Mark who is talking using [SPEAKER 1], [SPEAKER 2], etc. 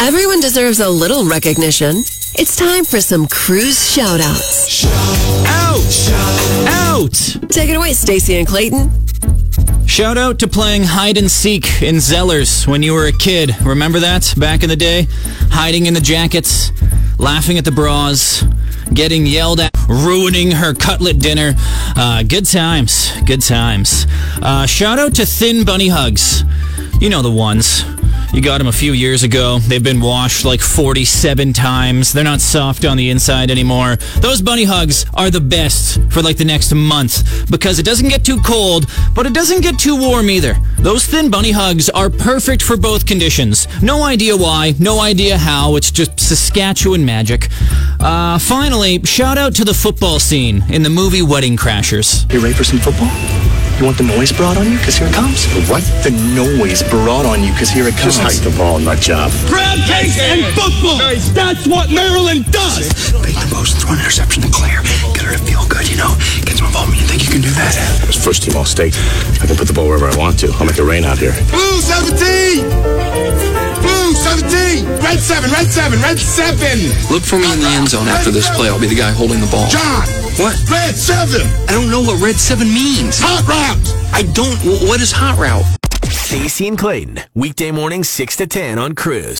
[SPEAKER 1] Everyone deserves a little recognition. It's time for some cruise shout outs.
[SPEAKER 2] Out! Out!
[SPEAKER 1] Take it away, Stacy and Clayton.
[SPEAKER 2] Shout out to playing hide and seek in Zellers when you were a kid. Remember that back in the day? Hiding in the jackets, laughing at the bras, getting yelled at, ruining her cutlet dinner. Uh, good times, good times. Uh, shout out to Thin Bunny Hugs. You know the ones. You got them a few years ago. They've been washed like 47 times. They're not soft on the inside anymore. Those bunny hugs are the best for like the next month because it doesn't get too cold, but it doesn't get too warm either. Those thin bunny hugs are perfect for both conditions. No idea why, no idea how. It's just Saskatchewan magic. Uh, finally, shout out to the football scene in the movie Wedding Crashers.
[SPEAKER 3] You ready for some football? You want the noise brought on you? Because here it comes. What? The noise brought on you because here it comes. Just hike the ball, nut job.
[SPEAKER 4] Crab cakes and football. That's what Maryland does.
[SPEAKER 3] Make the most, throw an interception to Claire. Get her to feel good, you know. Get some involvement. You think you can do that? It's first team all state. I can put the ball wherever I want to. I'll make it rain out here.
[SPEAKER 4] Blue 17. Blue 17. Red 7. Red 7. Red 7.
[SPEAKER 5] Look for me in the end zone after this play. I'll be the guy holding the ball.
[SPEAKER 4] John.
[SPEAKER 5] What?
[SPEAKER 4] Red 7.
[SPEAKER 5] I don't know what red seven means.
[SPEAKER 4] Hot route.
[SPEAKER 5] I don't. wh- What is hot route?
[SPEAKER 6] Stacey and Clayton, weekday morning 6 to 10 on Cruise.